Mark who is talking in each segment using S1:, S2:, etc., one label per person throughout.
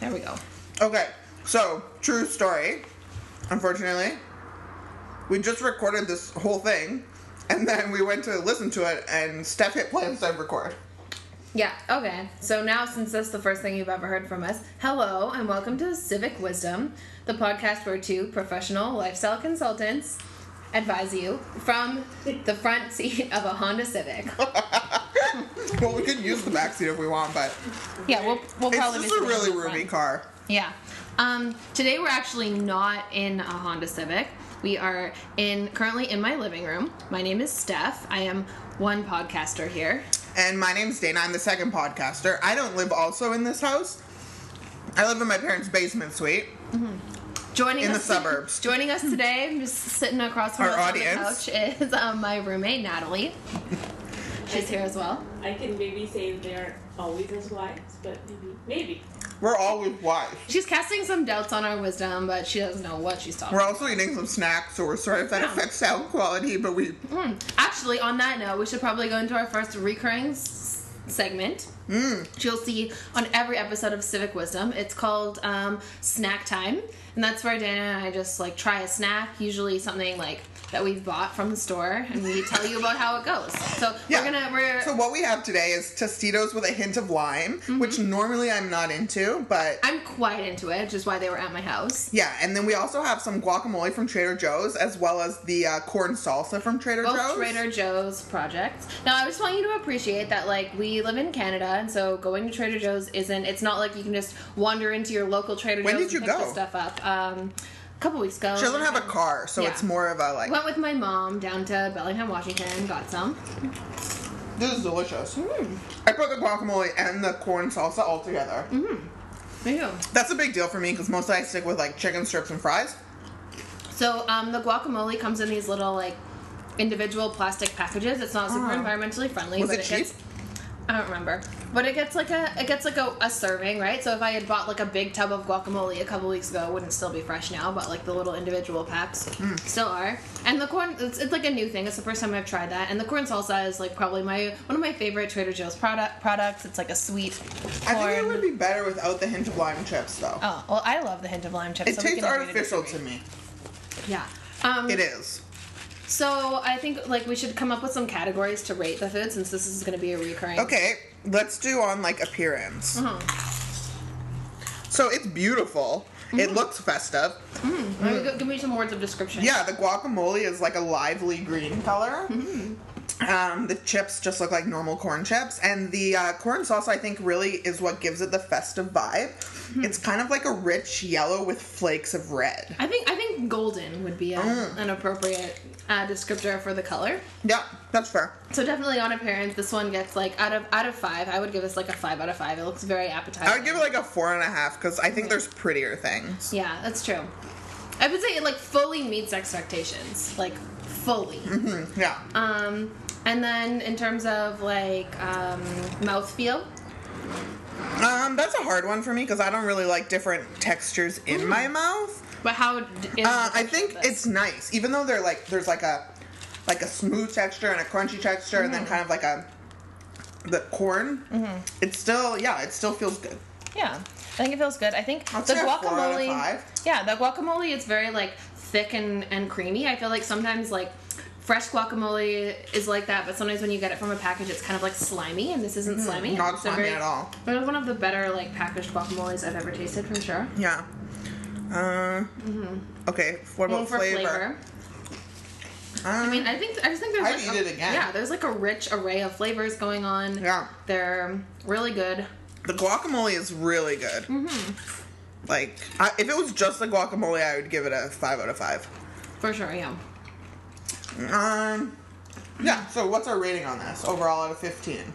S1: There we go.
S2: Okay, so true story. Unfortunately, we just recorded this whole thing, and then we went to listen to it, and Steph hit play instead of record.
S1: Yeah, okay. So now, since that's the first thing you've ever heard from us, hello and welcome to Civic Wisdom, the podcast where two professional lifestyle consultants advise you from the front seat of a Honda Civic.
S2: well, we could use the backseat if we want, but
S1: Yeah, we'll, we'll
S2: it's
S1: probably
S2: just
S1: visit
S2: a
S1: them
S2: really
S1: in the front.
S2: roomy car.
S1: Yeah. Um, today we're actually not in a Honda Civic. We are in currently in my living room. My name is Steph. I am one podcaster here.
S2: And my name's Dana. I'm the second podcaster. I don't live also in this house. I live in my parents' basement suite.
S1: Joining
S2: In the
S1: us-
S2: suburbs.
S1: Joining us today, I'm just sitting across from
S2: Our
S1: us
S2: audience.
S1: on the couch is um, my roommate Natalie. She's here as well.
S3: I can maybe say they aren't always as wise, but maybe, maybe.
S2: We're always wise.
S1: She's casting some doubts on our wisdom, but she doesn't know what she's talking.
S2: We're also eating some snacks, so we're sorry if that affects sound quality, but we
S1: Mm. Actually, on that note, we should probably go into our first recurring s- segment.
S2: Hmm.
S1: Mm. You'll see on every episode of Civic Wisdom. It's called um, Snack Time, and that's where Dana and I just like try a snack, usually something like that we've bought from the store, and we tell you about how it goes. So
S2: Yeah.
S1: we're gonna we're
S2: So what we have today is Tostitos with a hint of lime,
S1: Mm-hmm.
S2: which normally I'm not into, but
S1: I'm quite into it, which is why they were at my house.
S2: yeah. And then we also have some guacamole from Trader Joe's, as well as the uh, corn salsa from Trader
S1: Both
S2: Joe's.
S1: Trader Joe's projects. Now, I just want you to appreciate that, like, we live in Canada, and so going to Trader Joe's isn't. It's not like you can just wander into your local Trader
S2: When
S1: Joe's
S2: did
S1: and
S2: you
S1: pick
S2: go?
S1: this stuff up. Um, a couple weeks ago.
S2: she doesn't have a car, so
S1: Yeah.
S2: it's more of a like.
S1: Went with my mom down to Bellingham, Washington, got some.
S2: This is delicious.
S1: Mm.
S2: I put the guacamole and the corn salsa all together.
S1: Mm-hmm. Ew.
S2: That's a big deal for me because mostly I stick with like chicken strips and fries.
S1: So um, the guacamole comes in these little like individual plastic packages. It's not super
S2: Oh.
S1: environmentally friendly.
S2: Was
S1: but
S2: it
S1: it gets-
S2: cheap?
S1: I don't remember, but it gets like a it gets like a, a serving, right? So if I had bought like a big tub of guacamole a couple weeks ago, it wouldn't still be fresh now. But like the little individual packs
S2: Mm.
S1: still are. And the corn, it's, it's like a new thing. It's the first time I've tried that. And the corn salsa is like probably my one of my favorite Trader Joe's product products. It's like a sweet.
S2: I think it
S1: corn-
S2: would be better without the hint of lime chips, though.
S1: Oh well, I love the hint of lime chips.
S2: it
S1: so we
S2: tastes
S1: can agree to
S2: artificial to
S1: disagree.
S2: me.
S1: Yeah. Um,
S2: It is.
S1: So I think like we should come up with some categories to rate the food since this is going to be a recurring.
S2: Okay, let's do on like appearance.
S1: Uh-huh.
S2: So it's beautiful. It looks festive.
S1: Alright, go- Give me some words of description.
S2: Yeah, the guacamole is like a lively green color. Um, the chips just look like normal corn chips, and the uh, corn sauce I think really is what gives it the festive vibe. It's kind of like a rich yellow with flakes of red.
S1: I think I think golden would be a,
S2: Mm.
S1: an appropriate uh, descriptor for the color.
S2: Yeah, that's fair.
S1: So definitely on appearance, this one gets like out of out of five. I would give this like a five out of five. It looks very appetizing.
S2: I would give it like a four and a half because I think there's prettier things.
S1: yeah, that's true. I would say it like fully meets expectations, like fully.
S2: Mm-hmm. Yeah,
S1: Um, and then in terms of like um, mouthfeel,
S2: um, that's a hard one for me because I don't really like different textures in my mouth.
S1: but how d- is
S2: Uh,
S1: the
S2: I
S1: texture
S2: think
S1: of this?
S2: it's nice, even though they're like there's like a like a smooth texture and a crunchy texture, and
S1: Mm-hmm.
S2: then kind of like a the corn. It's still yeah, it still feels good.
S1: Yeah, I think it feels good. I think
S2: I'd
S1: the
S2: say a four out of
S1: guacamole.
S2: five.
S1: Yeah, the guacamole is very like thick and and creamy. I feel like sometimes like fresh guacamole is like that, but sometimes when you get it from a package, it's kind of like slimy, and this isn't slimy.
S2: Mm-hmm. Not
S1: It's a
S2: slimy
S1: very-
S2: at all.
S1: But it's one of the better like packaged guacamoles I've ever tasted for sure.
S2: Yeah. Uh, Okay. What
S1: Well, Mm-hmm.
S2: about
S1: for
S2: flavor? Uh,
S1: flavor. I mean, I think I just think there's.
S2: I'd
S1: like,
S2: eat
S1: a,
S2: it again.
S1: Yeah, there's like a rich array of flavors going on.
S2: Yeah.
S1: they're really good.
S2: the guacamole is really good.
S1: Mm-hmm.
S2: Like, I, if it was just the guacamole, I would give it a five out of five.
S1: For sure, yeah.
S2: Um, yeah. So, what's our rating on this overall out of fifteen?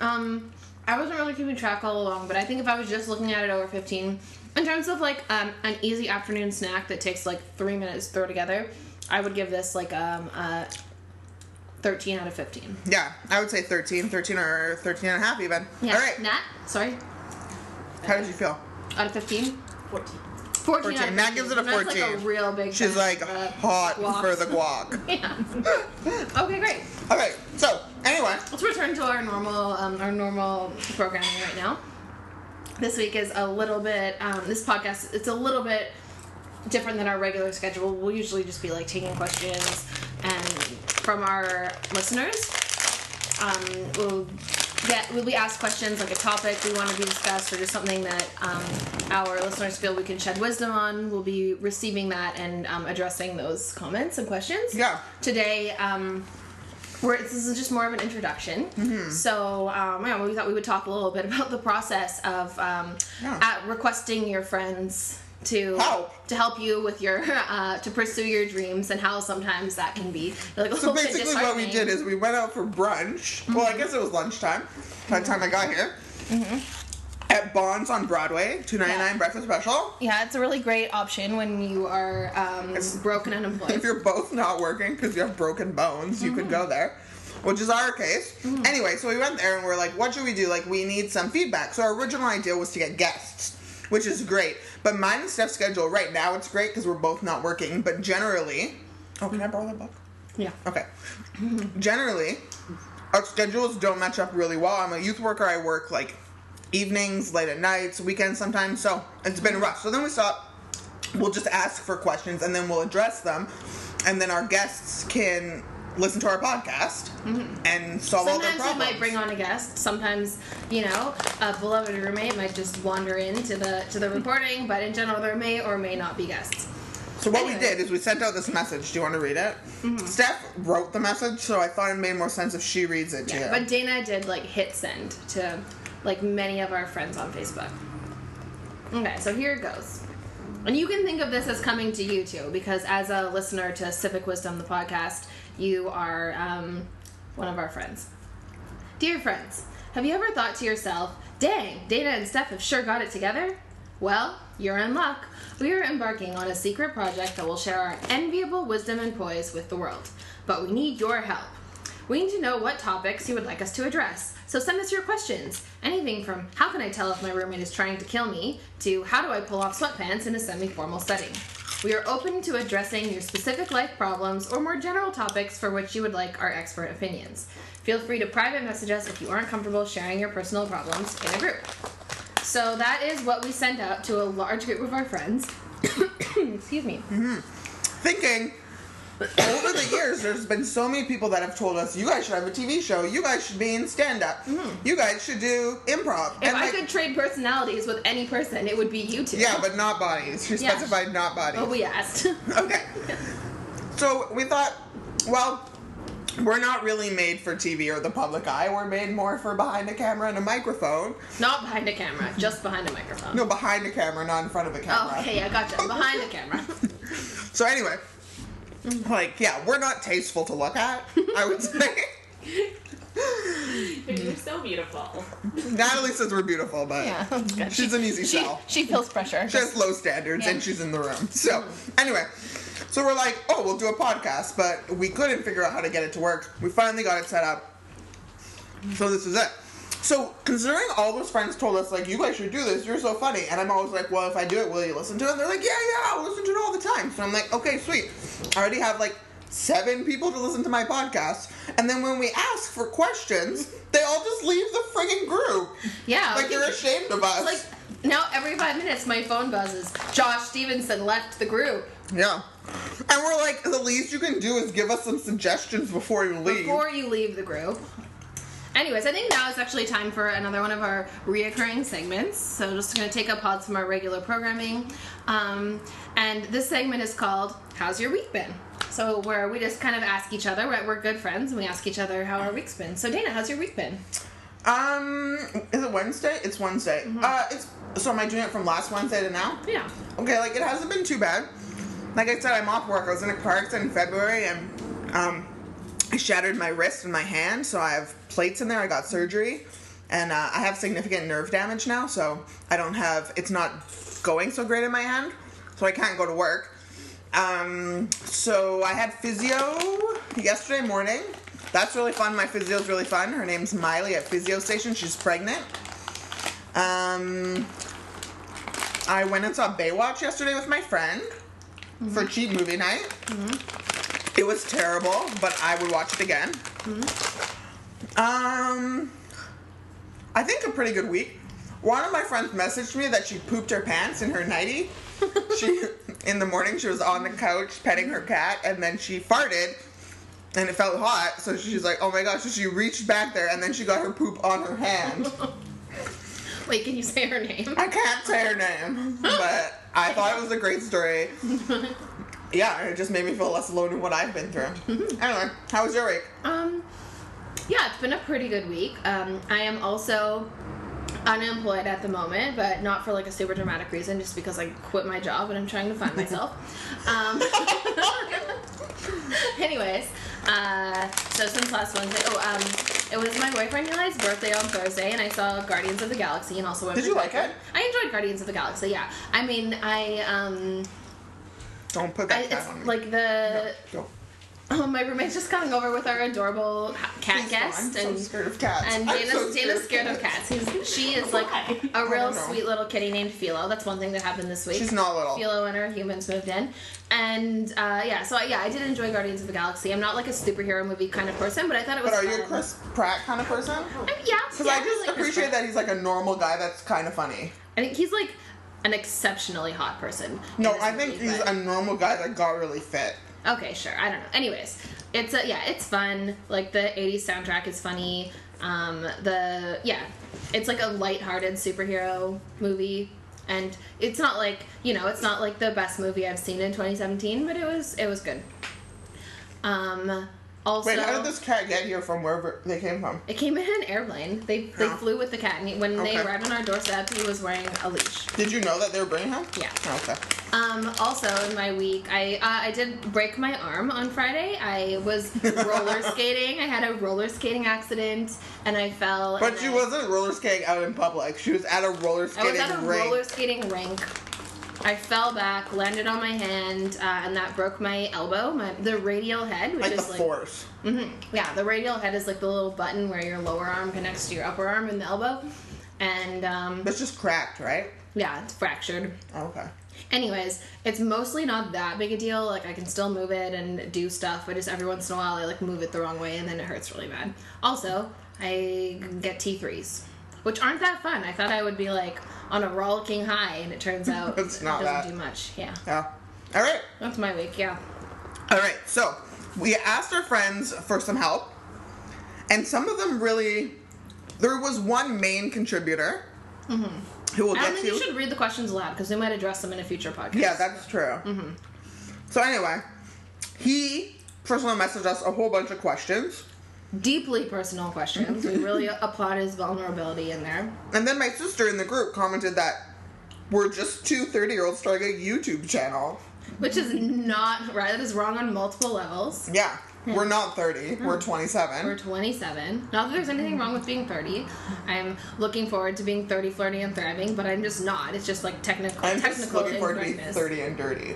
S1: Um, I wasn't really keeping track all along, but I think if I was just looking at it over 15, in terms of like um, an easy afternoon snack that takes like three minutes to throw together, I would give this like um, a 13 out of 15.
S2: Yeah, I would say 13, 13 or 13 and a half even.
S1: Yeah.
S2: All right.
S1: Nat, sorry,
S2: How did you feel?
S1: out of 15?
S3: 14.
S1: 14.
S2: 14. Nat gives it a
S1: And that's, like a
S2: 14.
S1: real big
S2: She's
S1: fan
S2: like
S1: of the
S2: hot
S1: guac.
S2: for the guac.
S1: Yeah. okay, great.
S2: okay, so anyway,
S1: Let's return to our normal um, our normal programming right now. this week is a little bit um, this podcast it's a little bit different than our regular schedule we'll usually just be like taking questions and from our listeners um, we'll get we'll be asked questions like a topic we want to be discussed or just something that um, our listeners feel we can shed wisdom on we'll be receiving that and um, addressing those comments and questions
S2: Yeah.
S1: today um we're, this is just more of an introduction.
S2: Mm-hmm.
S1: So, um, yeah, we thought we would talk a little bit about the process of um,
S2: Yeah.
S1: at requesting your friends to
S2: Help.
S1: to help you with your uh, to pursue your dreams and how sometimes that can be like a
S2: So
S1: little bit
S2: basically, what we
S1: disheartening.
S2: did is we went out for brunch. Well,
S1: Mm-hmm.
S2: I guess it was lunchtime by the time I got here. At Bonds on Broadway, two ninety nine
S1: Yeah.
S2: breakfast special.
S1: yeah, it's a really great option when you are um, broken and unemployed.
S2: If you're both not working because you have broken bones, you could go there, which is our case. Anyway, so we went there and we're like, what should we do? Like, we need some feedback. So our original idea was to get guests, which is great. But mine and Steph's schedule right now, it's great because we're both not working. But generally, oh, can I borrow that book?
S1: yeah,
S2: Okay. Generally, our schedules don't match up really well. I'm a youth worker. I work like evenings, late at nights, weekends sometimes. So it's been rough. So then we thought we'll just ask for questions and then we'll address them, and then our guests can listen to our podcast and solve all their
S1: Mm-hmm. sometimes we
S2: problems.
S1: might bring on a guest. Sometimes you know a beloved roommate might just wander into the to the recording, but in general, there may or may not be guests.
S2: so what
S1: anyway.
S2: we
S1: Mm-hmm.
S2: did is we sent out this message. Do you want to read it? Steph wrote the message, so I thought it made more sense if she reads it too.
S1: But Dana did like hit send to like many of our friends on Facebook. Okay, so here it goes. And you can think of this as coming to you too, because as a listener to Civic Wisdom, the podcast, you are um, one of our friends. Dear friends, have you ever thought to yourself, dang, Dana and Steph have sure got it together? Well, you're in luck. We are embarking on a secret project that will share our enviable wisdom and poise with the world. But we need your help. We need to know what topics you would like us to address. So send us your questions. Anything from how can I tell if my roommate is trying to kill me to how do I pull off sweatpants in a semi formal setting. We are open to addressing your specific life problems or more general topics for which you would like our expert opinions. Feel free to private message us if you aren't comfortable sharing your personal problems in a group. So that is what we sent out to a large group of our friends. Excuse me.
S2: Mm-hmm. thinking over the years there's been so many people that have told us you guys should have a tv show you guys should be in stand-up you guys should do improv
S1: Mm-hmm. If
S2: And,
S1: I
S2: like,
S1: could trade personalities with any person, it would be you two.
S2: yeah but not bodies she
S1: Yeah.
S2: specified not bodies
S1: But Oh, we asked.
S2: okay so we thought well we're not really made for tv or the public eye we're made more for behind a camera and a microphone
S1: Not behind a camera, just behind a microphone.
S2: no behind a camera not in front of a camera
S1: Oh, okay, I gotcha. Behind the camera.
S2: so anyway like yeah we're not tasteful to look at i would say
S3: But you're so beautiful.
S2: natalie says we're beautiful but
S1: that's good.
S2: She's an easy sell.
S1: She feels pressure.
S2: She has low standards
S1: Yeah.
S2: and she's in the room. So, anyway, so we're like, oh, we'll do a podcast, but we couldn't figure out how to get it to work. We finally got it set up. So, this is it. So, considering all those friends told us, like, you guys should do this, you're so funny. And I'm always like, well, if I do it, will you listen to it? And they're like, yeah, yeah, I'll listen to it all the time. So, I'm like, okay, sweet. I already have like seven people to listen to my podcast. And then when we ask for questions, they all just leave the friggin' group.
S1: Yeah.
S2: Like, they're ashamed of us.
S1: Like now, every five minutes, my phone buzzes. Josh Stevenson left the group
S2: Yeah. And we're like, the least you can do is give us some suggestions before you leave.
S1: before you leave the group. Anyways, I think now is actually time for another one of our reoccurring segments. So, just going to take up pods from our regular programming. Um, and this segment is called How's Your Week Been? So, where we just kind of ask each other, we're, we're good friends, and we ask each other how our week's been. So, Dana, how's your week been?
S2: um, is it Wednesday? It's Wednesday.
S1: Mm-hmm.
S2: Uh, it's so am I doing it from last Wednesday to now?
S1: Yeah.
S2: Okay, like it hasn't been too bad. Like I said, I'm off work. I was in a car accident in February and um, I shattered my wrist and my hand, so I have plates in there. I got surgery, and uh, I have significant nerve damage now, so I don't have. It's not going so great in my hand, so I can't go to work. Um, so I had physio yesterday morning. That's really fun. My physio's really fun. Her name's Miley at Physio Station. She's pregnant. Um, I went and saw Baywatch yesterday with my friend for cheap movie night. It was terrible, but I would watch it again. Um, I think a pretty good week. One of my friends messaged me that she pooped her pants in her nightie. she in the morning she was on the couch petting her cat and then she farted and it felt hot, so she's like, Oh my gosh, so she reached back there and then she got her poop on her hand.
S1: Wait, can you say her name?
S2: I can't say her name, but I thought it was a great story. Yeah, it just made me feel less alone in what I've been through.
S1: Mm-hmm.
S2: Anyway, how was your week?
S1: Um, yeah, it's been a pretty good week. Um, I am also unemployed at the moment, but not for like a super dramatic reason, just because I quit my job and I'm trying to find myself. um, anyways, uh, so since last Wednesday, oh, um, it was my boyfriend Eli's birthday on Thursday, and I saw Guardians of the Galaxy and also went.
S2: Did
S1: for
S2: you like
S1: Dragon.
S2: it?
S1: I enjoyed Guardians of the Galaxy. Yeah, I mean, I um,
S2: Don't put
S1: I,
S2: that cat on
S1: it's
S2: me.
S1: like the.
S2: No, don't.
S1: Oh, my roommate's just coming over with our adorable ha- cat
S2: Please don't.
S1: guest,
S2: I'm
S1: and
S2: so scared of cats.
S1: and
S2: I'm
S1: Dana's,
S2: so
S1: Dana's scared of cats. He's, she is like
S3: Why?
S1: a real
S2: don't know.
S1: sweet little kitty named Philo. That's one thing that happened this week.
S2: She's not little.
S1: Philo and her humans moved in, and uh, yeah, so I- yeah, I did enjoy Guardians of the Galaxy. I'm not like a superhero movie kind of person, but I thought it was.
S2: But are you a
S1: fun.
S2: Chris Pratt kind of person?
S1: I mean, yeah,
S2: Because
S1: yeah,
S2: I just
S1: like Chris
S2: appreciate
S1: Pratt.
S2: that he's like a normal guy that's kind of funny.
S1: I think he's like an exceptionally hot person. in
S2: No,
S1: this
S2: I think
S1: movie,
S2: he's
S1: but-
S2: a normal guy that got really fit.
S1: Okay, sure. I don't know. Anyways, it's a, yeah, it's fun. Like the 80s soundtrack is funny. Um, the yeah, it's like a lighthearted superhero movie and it's not like, you know, it's not like the best movie I've seen in 2017, but it was it was good. Um also
S2: Wait, how did this cat get here from wherever they came from?
S1: it came in an airplane. They they
S2: Oh.
S1: flew with the cat and he- when they
S2: Okay.
S1: arrived on our doorstep, he was wearing a leash.
S2: Did you know that they were bringing him?
S1: Yeah.
S2: Oh, okay.
S1: Um, also, in my week, I uh, I did break my arm on Friday. I was roller skating. I had a roller skating accident, and I fell.
S2: But
S1: and
S2: she
S1: I-
S2: wasn't roller skating out in public. She was at a roller
S1: I was
S2: skating
S1: at a
S2: ring.
S1: roller skating rink. I fell back, landed on my hand, uh, and that broke my elbow, my the radial head, which
S2: like the
S1: is like
S2: force.
S1: hmm Yeah, the radial head is like the little button where your lower arm connects to your upper arm and the elbow, and um,
S2: That's just cracked, right?
S1: yeah, it's fractured.
S2: Okay.
S1: Anyways, it's mostly not that big a deal. Like I can still move it and do stuff, but just every once in a while I like move it the wrong way and then it hurts really bad. Also, I get T3s, which aren't that fun. I thought I would be like on a rollicking high and it turns out
S2: It's not
S1: it doesn't
S2: that.
S1: do much. Yeah.
S2: Yeah. All right.
S1: That's my week, yeah.
S2: All right. So we asked our friends for some help, and some of them really. There was one main contributor who will
S1: I don't
S2: get
S1: think
S2: to.
S1: you Mm-hmm. should read the questions aloud because we might address them in a future podcast.
S2: Yeah, that's true.
S1: Mm-hmm.
S2: So anyway, he personally messaged us a whole bunch of questions.
S1: Deeply personal questions. we really applaud his vulnerability in there.
S2: And then my sister in the group commented that we're just two 30 year olds starting a YouTube channel.
S1: Which is not right. That is wrong on multiple levels.
S2: Yeah, we're not 30, we're 27.
S1: Hmm. We're 27. Not that there's anything wrong with being 30. I'm looking forward to being 30, flirty, and thriving, but I'm just not. It's just like technical.
S2: I'm
S1: technical
S2: just looking forward to be
S1: incorrectness.
S2: 30 and dirty.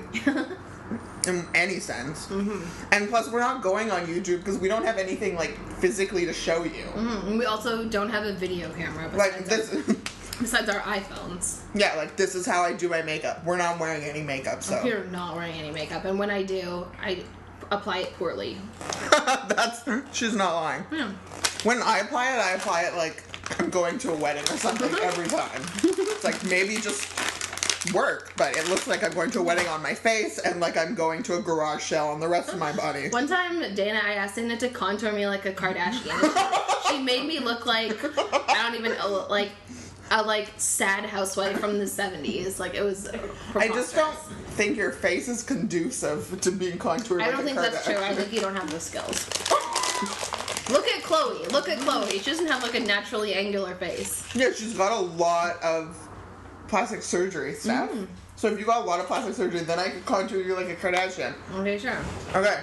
S2: In any sense.
S1: Mm-hmm.
S2: And plus, we're not going on YouTube because we don't have anything like physically to show you.
S1: Mm, and we also don't have a video camera
S2: Like
S1: besides,
S2: this,
S1: our, besides our iPhones.
S2: yeah. Like this is how I do my makeup. We're not wearing any makeup, so
S1: We're not wearing any makeup, and when I do, I apply it poorly.
S2: That's she's not lying.
S1: Yeah.
S2: When I apply it, I apply it like I'm going to a wedding or something
S1: Mm-hmm.
S2: every time. It's like maybe just work, but it looks like I'm going to a wedding on my face and like I'm going to a garage sale on the rest of my
S1: Mm-hmm.
S2: body.
S1: One time, Dana, I asked Dana to contour me like a Kardashian. she made me look like I don't even know, like a like sad housewife from the 70s. Like it was.
S2: I just
S1: preposterous.
S2: don't think your face is conducive to being contoured.
S1: I
S2: like
S1: don't
S2: a
S1: think that's true. I
S2: Kardashian.
S1: think you don't have the skills. Look at Chloe. Look at Chloe. She doesn't have like a naturally angular face.
S2: Yeah, she's got a lot of plastic surgery stuff.
S1: Mm.
S2: So if you got a lot of plastic surgery, then I could contour you like a Kardashian.
S1: Okay, sure.
S2: Okay.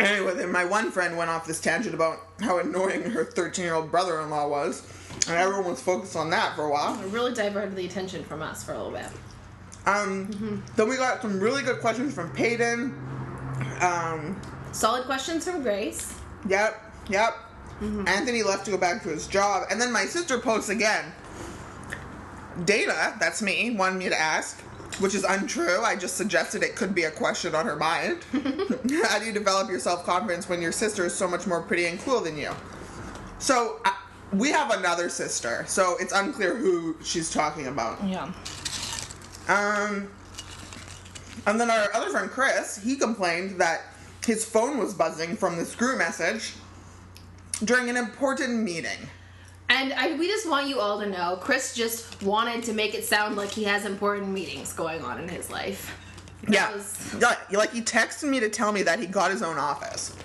S2: Anyway, then my one friend went off this tangent about how annoying her 13 year old brother in law was, and everyone was focused on that for a while.
S1: It really diverted the attention from us for a little bit.
S2: Um, Then we got some really good questions from Peyton. Um,
S1: Solid questions from Grace.
S2: yep, yep. Anthony left to go back to his job, and then my sister posts again. Dana, that's me, wanted me to ask, which is untrue. I just suggested it could be a question on her mind. How do you develop your self confidence when your sister is so much more pretty and cool than you? So I, We have another sister, so it's unclear who she's talking about.
S1: Yeah.
S2: Um, and then our other friend Chris, he complained that his phone was buzzing from the screw message during an important meeting.
S1: And I, we just want you all to know, Chris just wanted to make it sound like he has important meetings going on in his life. That
S2: yeah.
S1: was-
S2: Yeah, Like, he texted me to tell me that he got his own office.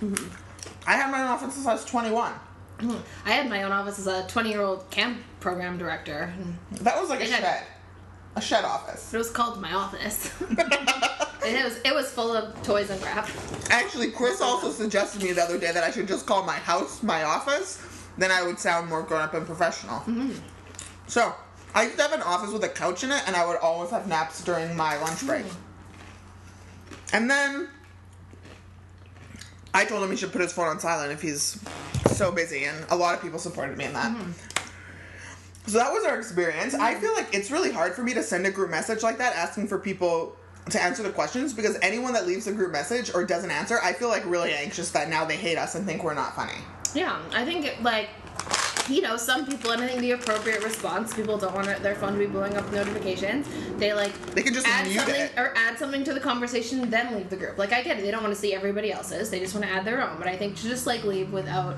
S2: I had my own office since I was 21.
S1: I had my own office as a 20 year old camp program director. and
S2: That was like a
S1: Yeah.
S2: shed. A shed office.
S1: It was called my office. and it was it was full of toys and crap.
S2: Actually, Chris also suggested to me the other day that I should just call my house my office. Then I would sound more grown up and professional. So, I used to have an office with a couch in it, and I would always have naps during my lunch break. And then I told him he should put his phone on silent if he's so busy, and a lot of people supported me in that. So that was our experience. I feel like it's really hard for me to send a group message like that asking for people to answer the questions because anyone that leaves a group message or doesn't answer, I feel like really anxious that now they hate us and think we're not funny.
S1: Yeah, I think it, like you know, some people and I think the appropriate response, people don't want their phone to be blowing up with notifications. They like
S2: They can just
S1: add
S2: mute
S1: something
S2: it.
S1: or add something to the conversation, then leave the group. Like I get it, they don't want to see everybody else's, they just want to add their own. But I think to just like leave without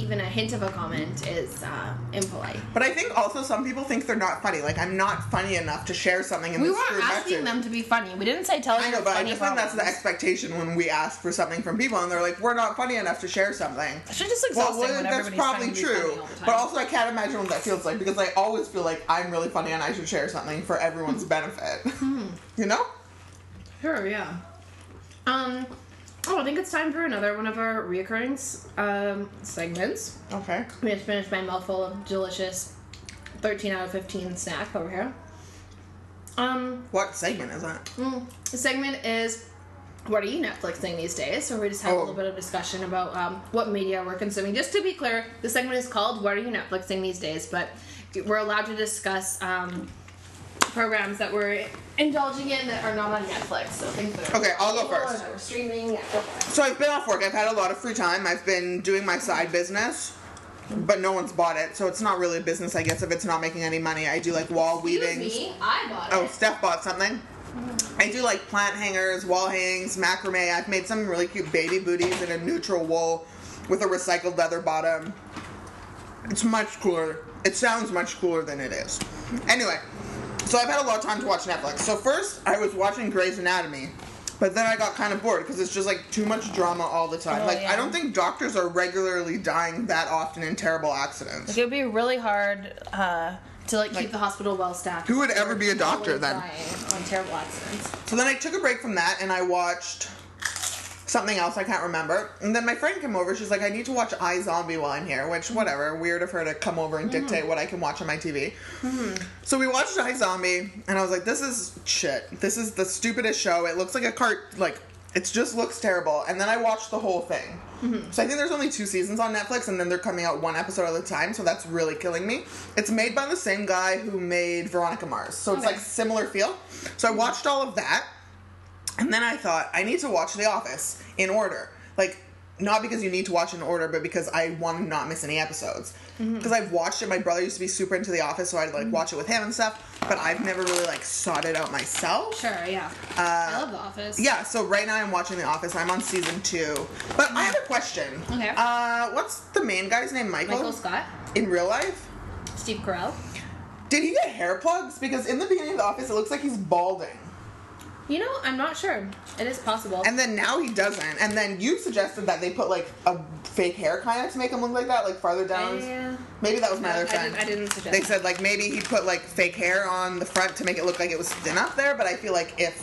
S1: even a hint of a comment is um, impolite.
S2: But I think also some people think they're not funny. Like I'm not funny enough to share something in
S1: We
S2: this
S1: weren't
S2: group
S1: asking
S2: message.
S1: them to be funny. We didn't say tell us
S2: I
S1: your
S2: know, but I
S1: funny
S2: just think that's the
S1: problems.
S2: expectation when we ask for something from people, and they're like, "We're not funny enough to share something."
S1: It's just
S2: Well,
S1: exhausting when
S2: that's
S1: everybody's
S2: probably
S1: trying to be funny
S2: true,
S1: all the time.
S2: but also I can't imagine what that feels like because I always feel like I'm really funny and I should share something for everyone's benefit.
S1: Hmm.
S2: you know?
S1: Sure, yeah. Um, oh, I think it's time for another one of our reoccurring s- um, segments.
S2: Okay.
S1: We just finished my mouthful of delicious 13 out of 15 snack over here. Um,
S2: What segment is that?
S1: mm, the segment is what are you Netflixing these days? So we just have a
S2: Oh.
S1: little bit of discussion about um, what media we're consuming. Just to be clear, the segment is called "What are you Netflixing these days?" But we're allowed to discuss um, programs that we're indulging in that are not on Netflix. So things that are
S2: Okay, I'll go
S1: available
S2: first.
S1: and that we're streaming. Yeah, go for it.
S2: So I've been off work. I've had a lot of free time. I've been doing my side business, but no one's bought it, so it's not really a business. I guess if it's not making any money, I do like wall
S1: Excuse
S2: weaving.
S1: me, I bought
S2: Oh,
S1: it.
S2: Steph bought something. I do like plant hangers, wall hangings, macrame. I've made some really cute baby booties in a neutral wool with a recycled leather bottom. It's much cooler. It sounds much cooler than it is. Anyway, so I've had a lot of time to watch Netflix. So first, I was watching Grey's Anatomy, but then I got kind of bored because it's just like too much drama all the time.
S1: Oh,
S2: like
S1: yeah.
S2: I don't think doctors are regularly dying that often in terrible accidents.
S4: It would be really hard uh, to like,
S1: Keep
S4: keep.
S1: the hospital well staffed.
S2: Who would ever be a doctor
S1: Always
S2: then?
S1: dying On terrible accidents.
S2: So then I took a break from that and I watched something else I can't remember. And then my friend came over. She's like, I need to watch I Zombie while I'm here, which whatever. Weird of her to come over and dictate what I can watch on my TV. So we watched I Zombie, and I was like, this is shit. This is the stupidest show. It looks like a cart. Like it just looks terrible. And then I watched the whole thing. So I think there's only two seasons on Netflix, and then they're coming out one episode at a time. So that's really killing me. It's made by the same guy who made Veronica Mars, so it's
S1: Okay.
S2: like similar feel. So I watched all of that. And then I thought, I need to watch The Office in order. Like, not because you need to watch in order, but because I want to not miss any episodes.
S1: Mm-hmm.
S2: Because I've watched it. My brother used to be super into The Office, so I'd like watch it with him and stuff. But I've never really like sought it out myself.
S1: Sure, yeah. I love The Office.
S2: Uh, Yeah, so right now I'm watching The Office. I'm on season two. But I have a question.
S1: Okay.
S2: Uh, what's the main guy's name? Michael?
S1: Michael Scott,
S2: In real life?
S1: Steve Carell.
S2: Did he get hair plugs? Because in the beginning of The Office, it looks like he's balding.
S1: You know, I'm not sure. It is possible.
S2: And then now he doesn't. And then you suggested that they put like a fake hair kind of to make him look like that, like farther down.
S1: Yeah.
S2: Maybe that was my
S1: uh, No,
S2: other
S1: I
S2: friend.
S1: didn't- I didn't suggest
S2: They
S1: that.
S2: said like maybe he put like fake hair on the front to make it look like it was thin up there. But I feel like if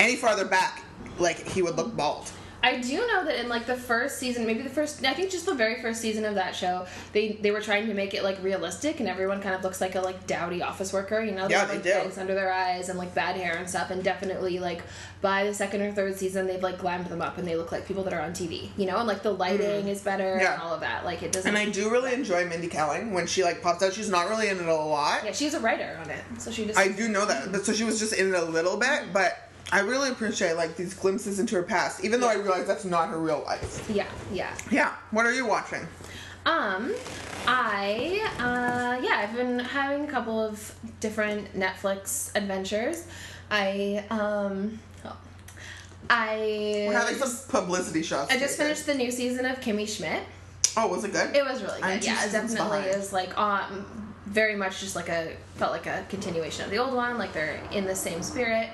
S2: any farther back, like he would look bald.
S1: I do know that in like the first season, maybe the first, I think just the very first season of that show, they they were trying to make it like realistic, and everyone kind of looks like a like dowdy office worker, you know?
S2: Yeah,
S1: have,
S2: they
S1: like,
S2: do.
S1: Bags under their eyes and like bad hair and stuff, and definitely like by the second or third season, they've like glammed them up and they look like people that are on TV, you know? And like the lighting is better
S2: Mm-hmm. Yeah.
S1: and all of that. Like it doesn't.
S2: And I do really enjoy Mindy Kaling when she like pops out. She's not really in it a lot.
S1: Yeah, she's a writer on it, so she just.
S2: I do know that. But so she was just in it a little bit, but. I really appreciate like these glimpses into her past, even though I realize that's not her real life.
S1: yeah, yeah.
S2: Yeah. What are you watching?
S1: Um, I uh, yeah, I've been having a couple of different Netflix adventures. I um, I
S2: We're having some publicity shots.
S1: I just
S2: today,
S1: finished the new season of Kimmy Schmidt.
S2: guys. Oh, was it good?
S1: It was really
S2: I'm
S1: good.
S2: two
S1: Yeah, it
S2: seasons
S1: definitely
S2: behind.
S1: is like um very much just like a felt like a continuation of the old one. Like they're in the same spirit.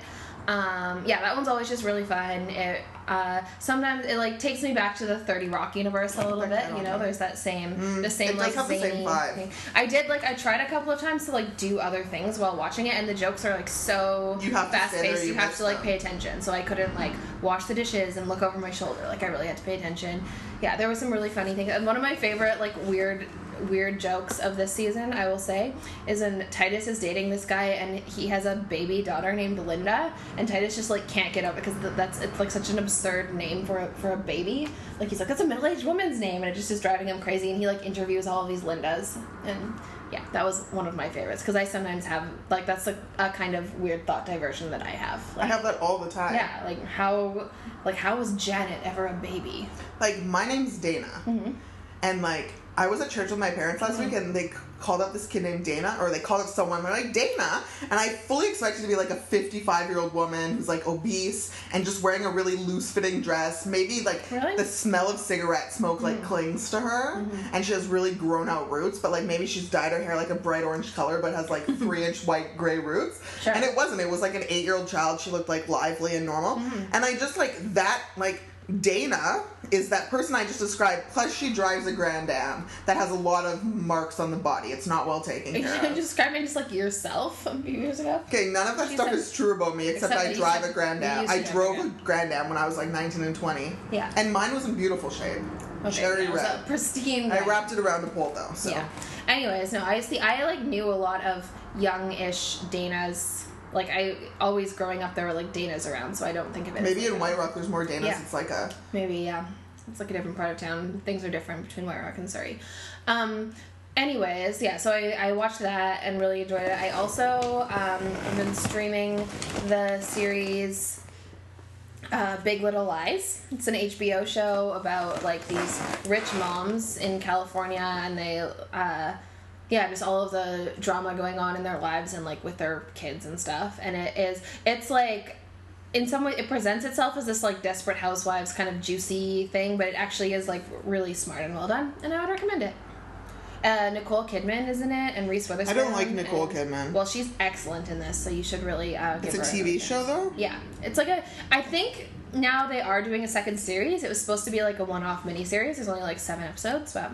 S1: Um, yeah, that one's always just really fun. It uh, sometimes it like takes me back to the Thirty Rock universe a little
S2: Okay,
S1: bit.
S2: I
S1: You
S2: don't
S1: know,
S2: know.
S1: there's that same the
S2: Mm-hmm. it
S1: same
S2: does
S1: like
S2: have the
S1: zany
S2: same vibe.
S1: thing. I did like I tried a couple of times to like do other things while watching it, and the jokes are like so
S2: You have to sit
S1: fast
S2: or
S1: paced.
S2: you
S1: You have
S2: miss
S1: to like
S2: them.
S1: pay attention. So I couldn't like wash the dishes and look over my shoulder. Like I really had to pay attention. Yeah, there was some really funny things. And one of my favorite like weird weird jokes of this season, I will say, is when Titus is dating this guy and he has a baby daughter named Linda, and Titus just like can't get over because that's it's like such an absurd name for a, for a baby. Like he's like that's a middle aged woman's name, and it just is driving him crazy. And he like interviews all of these Lindas and. Yeah, that was one of my favorites because I sometimes have like that's like a kind of weird thought diversion that I have.
S2: I
S1: Like,
S2: have that all the time.
S1: yeah, like how, like how was Janet ever a baby?
S2: Like my name's Dana,
S1: Mm-hmm.
S2: and like I was at church with my parents last week, and they c- called up this kid named Dana, or they called up someone. They're like Dana, and I fully expected to be like a fifty-five-year-old woman who's like obese and just wearing a really loose-fitting dress. Maybe like
S1: Really? Mm-hmm.
S2: the smell of cigarette smoke like clings to her, and she has really grown-out roots. But like maybe she's dyed her hair like a bright orange color, but has like three-inch white gray roots.
S1: Sure.
S2: And it wasn't. It was like an eight-year-old child. She looked like lively and normal,
S1: Mm-hmm.
S2: and I just like that like. Dana is that person I just described. Plus, she drives a Grand Am that has a lot of marks on the body. It's not well taken
S1: Are you
S2: care of.
S1: describing just like yourself a few years ago?
S2: Okay, none of that
S1: She
S2: stuff
S1: said-
S2: is true about me except,
S1: except that
S2: I
S1: you
S2: drive
S1: said
S2: a Grand
S1: you
S2: Am.
S1: used
S2: I
S1: to drive a
S2: drove a
S1: Grand
S2: Grand Am when I was like 19 and 20.
S1: Yeah.
S2: And mine was in beautiful shape. Cherry
S1: yeah, it was
S2: red.
S1: a pristine.
S2: I
S1: red.
S2: wrapped it around a pole though, so.
S1: Yeah. Anyways, no, I see. I like knew a lot of young-ish Dana's. Like I always growing up, there were like Dana's around, so I don't think of it. as,
S2: Maybe
S1: like,
S2: in
S1: a-
S2: White Rock there's more Danas.
S1: Yeah.
S2: It's like a.
S1: Maybe, yeah. It's like a different part of town. Things are different between White Rock and Surrey. Um, anyways, yeah, so I, I watched that and really enjoyed it. I also um, have been streaming the series uh, Big Little Lies. It's an HBO show about like these rich moms in California and they. Uh, yeah, just all of the drama going on in their lives and like with their kids and stuff. And it is, it's like in some way it presents itself as this like desperate housewives kind of juicy thing but it actually is like really smart and well done and i would recommend it uh, nicole kidman is in it and reese
S2: I
S1: witherspoon
S2: don't like Nicole
S1: and-
S2: Kidman.
S1: well she's excellent in this so you should really uh, give
S2: it's a
S1: her
S2: TV
S1: chance.
S2: show though?
S1: yeah it's like a i think now they are doing a second series it was supposed to be like a one-off miniseries there's only like seven episodes but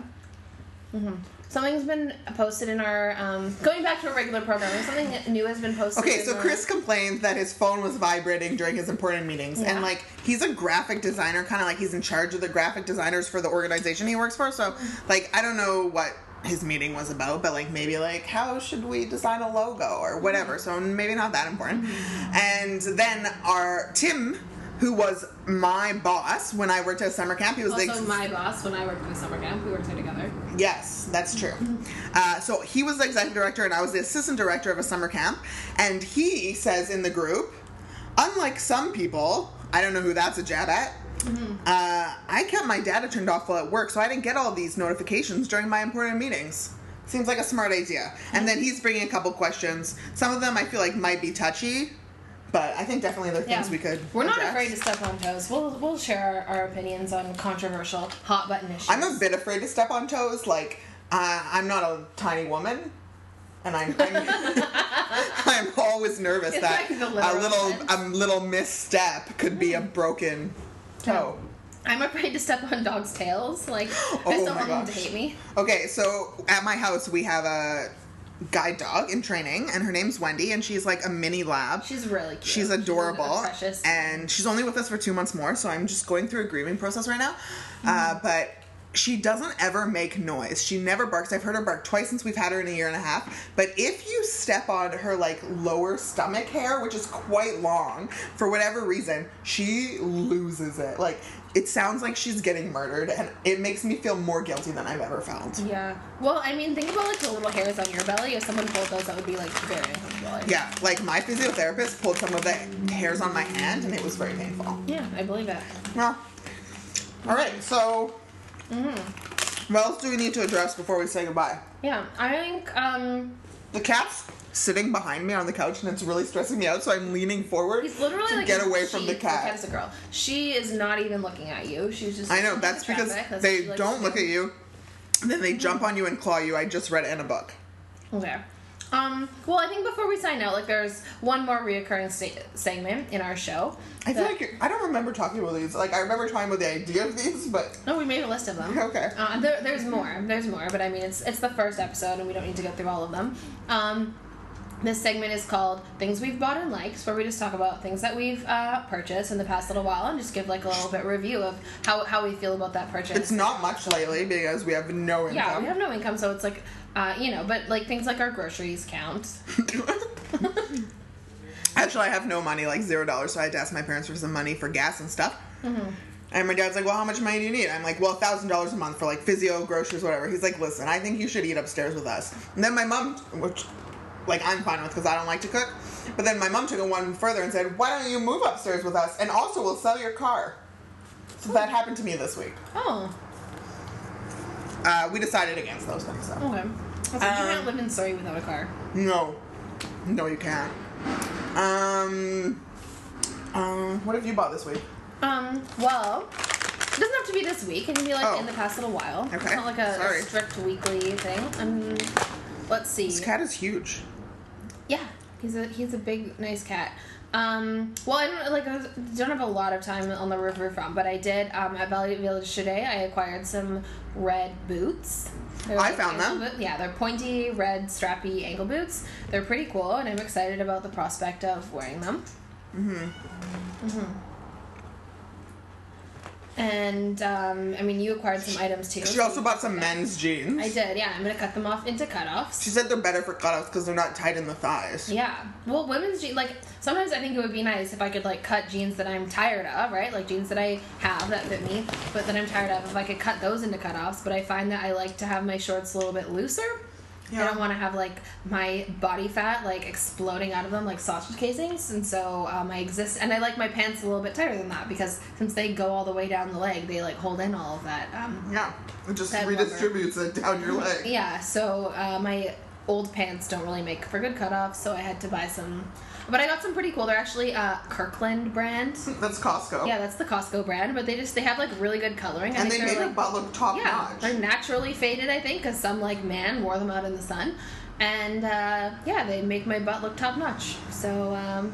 S1: mhm. something's been posted in our um, going back to our regular programming something new has been posted
S2: Okay,
S1: in
S2: so
S1: the-
S2: Chris complained that his phone was vibrating during his important meetings,
S1: Yeah.
S2: and like he's a graphic designer, kind of like he's in charge of the graphic designers for the organization he works for. So, like, I don't know what his meeting was about, but like maybe like how should we design a logo or whatever.
S1: Mm-hmm.
S2: So maybe not that important. And then our Tim, who was my boss when I worked at summer camp, he was the
S1: also
S2: ex-
S1: my boss when i worked in a summer camp we worked there together
S2: Yes, that's true. Uh, so he was the executive director, and I was the assistant director of a summer camp. And he says in the group, unlike some people, I don't know who that's a jab at.
S1: Mm-hmm.
S2: Uh, I kept my data turned off while at work, so I didn't get all these notifications during my important meetings. Seems like a smart idea. And then he's bringing a couple questions. Some of them I feel like might be touchy, but I think definitely there are things we could.
S1: We're not
S2: address.
S1: afraid to step on toes. We'll we'll share our, our opinions on controversial hot button issues.
S2: I'm a bit afraid to step on toes. Like, uh, I'm not a tiny woman. And I'm, I'm, I'm always nervous
S1: It's
S2: that
S1: like the
S2: a
S1: literal
S2: little
S1: sense. Hmm.
S2: a little misstep could be a broken toe.
S1: I'm afraid to step on dogs' tails. Like I
S2: Oh
S1: still
S2: my
S1: want them to
S2: gosh.
S1: hate me.
S2: Okay, so at my house we have a guide dog in training, and her name's Wendy, and she's like a mini lab.
S1: She's really cute.
S2: She's adorable.
S1: precious.
S2: And she's only with us for two months more, so I'm just going through a grieving process right now. Uh, but she doesn't ever make noise. She never barks. I've heard her bark twice since we've had her in a year and a half. But if you step on her like lower stomach hair, which is quite long, for whatever reason, she loses it. Like it sounds like she's getting murdered, and it makes me feel more guilty than I've ever felt.
S1: yeah. Well, I mean, think about like the little hairs on your belly. If someone pulled those, that would be like very uncomfortable. I think.
S2: Yeah, like my physiotherapist pulled some of the hairs on my hand, and it was very painful.
S1: Yeah, I believe it.
S2: Well, all right. So mm-hmm. What else do we need to address before we say goodbye?
S1: Yeah, I think um,
S2: The cat's sitting behind me on the couch and it's really stressing me out, so I'm leaning forward
S1: he's literally
S2: to
S1: like
S2: get
S1: a-
S2: away
S1: she-
S2: from the
S1: The
S2: cat.
S1: cat's a girl. She is not even looking at you. She's just.
S2: I know
S1: looking at
S2: that's
S1: the
S2: because
S1: traffic. That's what
S2: they
S1: she likes
S2: don't
S1: to
S2: look
S1: do.
S2: at you, and then they jump on you and claw you. I just read it in a book.
S1: Okay. Um, well, I think before we sign out, like there's one more reoccurring sta- segment in our show.
S2: I feel
S1: that-
S2: like you're, I don't remember talking about these. Like I remember talking about the idea of these, but
S1: No, we made a list of them.
S2: Okay.
S1: Uh, there, there's more. There's more, but I mean, it's it's the first episode, and we don't need to go through all of them. Um, this segment is called "Things We've Bought and Liked," where we just talk about things that we've uh, purchased in the past little while, and just give like a little bit review of how how we feel about that purchase.
S2: it's not much lately because we have no income.
S1: yeah, we have no income, so it's like, uh, you know, but like things like our groceries count.
S2: Actually, I have no money, like zero dollars, so I had to ask my parents for some money for gas and stuff. And my dad's like, Well, how much money do you need? I'm like, Well, thousand dollars a month for like physio, groceries, whatever. He's like, Listen, I think you should eat upstairs with us. And then my mom, which like I'm fine with because I don't like to cook, but then my mom took it one further and said, Why don't you move upstairs with us? And also, we'll sell your car. So that happened to me this week.
S1: Oh,
S2: Uh, we decided against those things, though.
S1: okay. So you can't
S2: Um,
S1: live in Surrey without a car.
S2: No. No, you can't. Um, um, what have you bought this week?
S1: Um, well, it doesn't have to be this week. It can be like
S2: Oh.
S1: in the past little while. It's
S2: Okay.
S1: not like a, a
S2: Sorry.
S1: strict weekly thing. Um, let's see.
S2: This cat is huge.
S1: Yeah, he's a he's a big nice cat. Um, well, I don't like I was- don't have a lot of time on the riverfront, but I did um, at Valley Village today. I acquired some red boots. They're,
S2: I found
S1: ankle
S2: them.
S1: boot- yeah, they're pointy, red, strappy ankle boots. They're pretty cool, and I'm excited about the prospect of wearing them.
S2: Mm-hmm.
S1: Mm-hmm. Mhm. Mhm. And um, I mean, you acquired some items too.
S2: She also bought some men's jeans.
S1: I did. Yeah, I'm gonna cut them off into cutoffs.
S2: She said they're better for cutoffs because they're not tight in the thighs.
S1: Yeah. Well, women's jeans, like, sometimes I think it would be nice if I could, like, cut jeans that I'm tired of, right? Like, jeans that I have that fit me, but that I'm tired of, if I could cut those into cutoffs. But I find that I like to have my shorts a little bit looser. I
S2: Yeah.
S1: don't want to have, like, my body fat, like, exploding out of them like sausage casings. And so um, I exist, and I like my pants a little bit tighter than that because since they go all the way down the leg, they, like, hold in all of that. Um,
S2: Yeah, it just
S1: That rubber.
S2: redistributes it down your leg.
S1: yeah, so uh, my old pants don't really make for good cutoffs, so I had to buy some. But I got some pretty cool. They're actually uh, Kirkland brand.
S2: That's Costco.
S1: Yeah, that's the Costco brand, but they just they have like really good coloring. I
S2: and they
S1: think
S2: made
S1: they're
S2: her
S1: like,
S2: butt look top
S1: yeah, they're
S2: notch.
S1: naturally faded. I think because some like man wore them out in the sun, and uh, yeah, they make my butt look top notch. So um,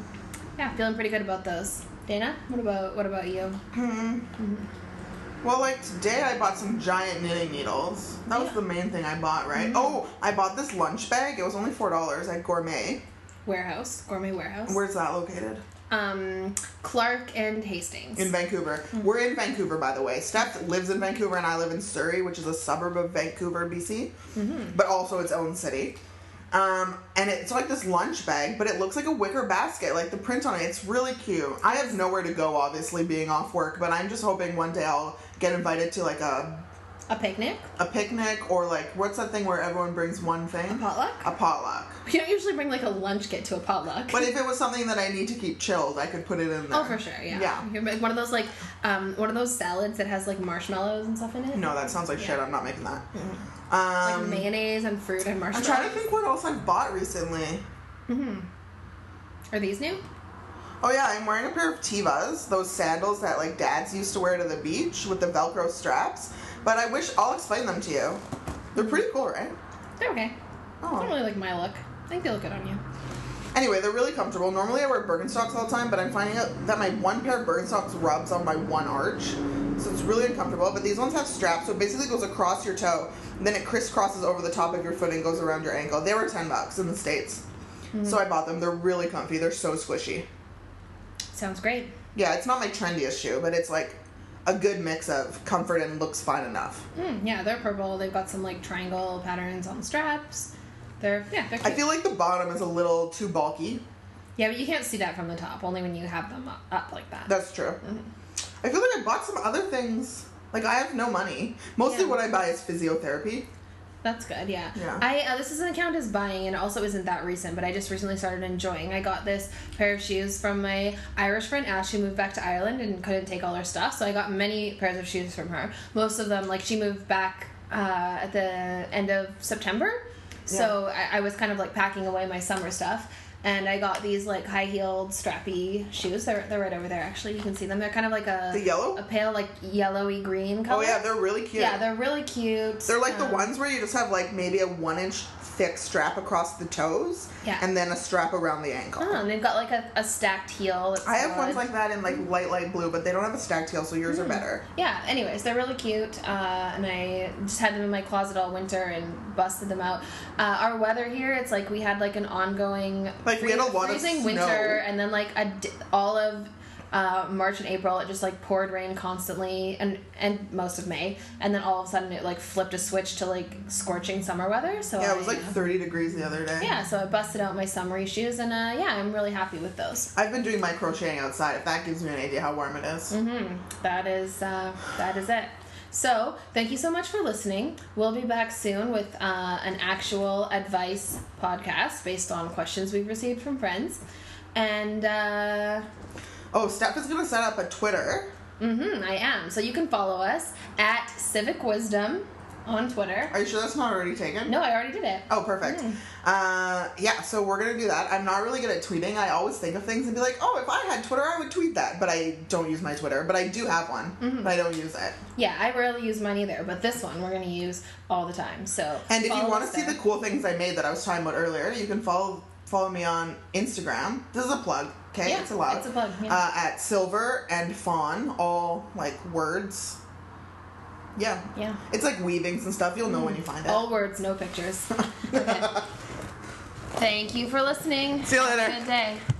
S1: yeah, feeling pretty good about those. Dana, what about what about you?
S2: Mm-hmm.
S1: Mm-hmm.
S2: Well, like today I bought some giant knitting needles. That was
S1: Yeah. Mm-hmm.
S2: the main thing I bought, right? Oh, I bought this lunch bag. It was only four dollars at Gourmet.
S1: Warehouse, gourmet warehouse.
S2: Where's that located?
S1: um, Clark and Hastings.
S2: In Vancouver.
S1: Mm.
S2: We're in Vancouver, by the way. Steph lives in Vancouver, and I live in Surrey, which is a suburb of Vancouver, BC,
S1: Mm-hmm.
S2: but also its own city. Um, and it's like this lunch bag, but it looks like a wicker basket. Like the print on it, it's really cute. I have nowhere to go, obviously, being off work, but I'm just hoping one day I'll get invited to like a
S1: a picnic.
S2: a picnic or like what's that thing where everyone brings one thing? A
S1: potluck?
S2: A potluck.
S1: You don't usually bring like a lunch kit to a potluck.
S2: But if it was something that I need to keep chilled, I could put it in there.
S1: oh, for sure, yeah.
S2: Yeah.
S1: You're like one of those like um one of those salads that has like marshmallows and stuff in it.
S2: No, that sounds like shit.
S1: Yeah.
S2: I'm not making that.
S1: Like
S2: Um,
S1: mayonnaise and fruit and
S2: I'm
S1: marshmallows.
S2: trying to think what else I've bought recently.
S1: Mm-hmm. Are these new?
S2: Oh yeah, I'm wearing a pair of Tevas, those sandals that like dads used to wear to the beach with the Velcro straps. But I wish I'll explain them to you. They're pretty cool, right?
S1: They're okay. I don't
S2: Oh.
S1: really like my look. I think they look good on you.
S2: Anyway, they're really comfortable. Normally I wear Birkenstocks all the time, but I'm finding out that my one pair of Birkenstocks rubs on my one arch, so it's really uncomfortable. But these ones have straps, so it basically goes across your toe, and then it crisscrosses over the top of your foot and goes around your ankle. They were ten bucks in the states, so I bought them. They're really comfy. They're so squishy.
S1: Sounds great.
S2: Yeah, it's not my trendiest shoe, but it's like a good mix of comfort and looks fine enough.
S1: Mm, yeah, they're purple. They've got some like triangle patterns on the straps. They're yeah, they're
S2: I
S1: cute.
S2: feel like the bottom is a little too bulky.
S1: yeah, but you can't see that from the top. Only when you have them up, up like that.
S2: That's true.
S1: Mm-hmm.
S2: I feel like I bought some other things. Like I have no money. Mostly
S1: Yeah.
S2: what I buy is physiotherapy.
S1: That's good, yeah.
S2: Yeah.
S1: I uh, this isn't count as buying, and also isn't that recent, but I just recently started enjoying. I got this pair of shoes from my Irish friend Ash, who moved back to Ireland and couldn't take all her stuff, so I got many pairs of shoes from her. Most of them, like she moved back. uh, at the end of September. So I, I was kind of like packing away my summer stuff. And I got these like high heeled strappy shoes. They're, they're right over there actually. You can see them. They're kind of like a
S2: The yellow?
S1: Uh, a pale like yellowy green
S2: Oh
S1: color.
S2: yeah, they're really cute.
S1: yeah, they're really cute.
S2: They're like the
S1: Um,
S2: ones where you just have like maybe a one inch thick strap across the toes,
S1: Yeah.
S2: and then a strap around the ankle.
S1: Oh, and they've got like a, a stacked heel. that's
S2: I have ones
S1: solid.
S2: like that in like light light blue, but they don't have a stacked heel, so
S1: Hmm.
S2: yours are better.
S1: Yeah, anyways, they're really cute, uh, and I just had them in my closet all winter and busted them out. Uh, our weather here, it's like we had like an ongoing
S2: Like, we had a lot of
S1: freezing
S2: snow.
S1: winter, and then like a d- all of uh, March and April, it just like poured rain constantly, and and most of May, and then all of a sudden it like flipped a switch to like scorching summer weather. So
S2: Yeah,
S1: I- uh,
S2: it was like 30 degrees the other day.
S1: Oh, yeah, so I busted out my summery shoes, and uh, yeah, I'm really happy with those.
S2: I've been doing my crocheting outside. If that gives you an idea how warm it is.
S1: Mhm. That is uh, that is it. So thank you so much for listening. We'll be back soon with uh, an actual advice podcast based on questions we've received from friends, and uh,
S2: Oh, Steph is gonna set up a Twitter.
S1: mhm, I am. So you can follow us at Civic Wisdom on Twitter.
S2: Are you sure that's not already taken?
S1: No, I already did it.
S2: Oh, perfect.
S1: Mm.
S2: Uh, yeah, so we're gonna do that. I'm not really good at tweeting. I always think of things and be like, oh, if I had Twitter, I would tweet that. But I don't use my Twitter. But I do have one.
S1: Mm-hmm.
S2: But I don't use it.
S1: Yeah, I rarely use mine either, but this one we're gonna use all the time. So
S2: And if you
S1: follow
S2: want to
S1: us
S2: see
S1: there.
S2: the cool things I made that I was talking about earlier, you can follow follow me on Instagram. This is a plug. Okay,
S1: Yeah,
S2: it's allowed.
S1: it's a plug, yeah.
S2: Uh, at silver and fawn, all like words. Yeah.
S1: yeah,
S2: It's like weavings and stuff. You'll know when you find it.
S1: all words, no pictures. Okay. Thank you for listening.
S2: See you
S1: Have a
S2: later.
S1: Good day.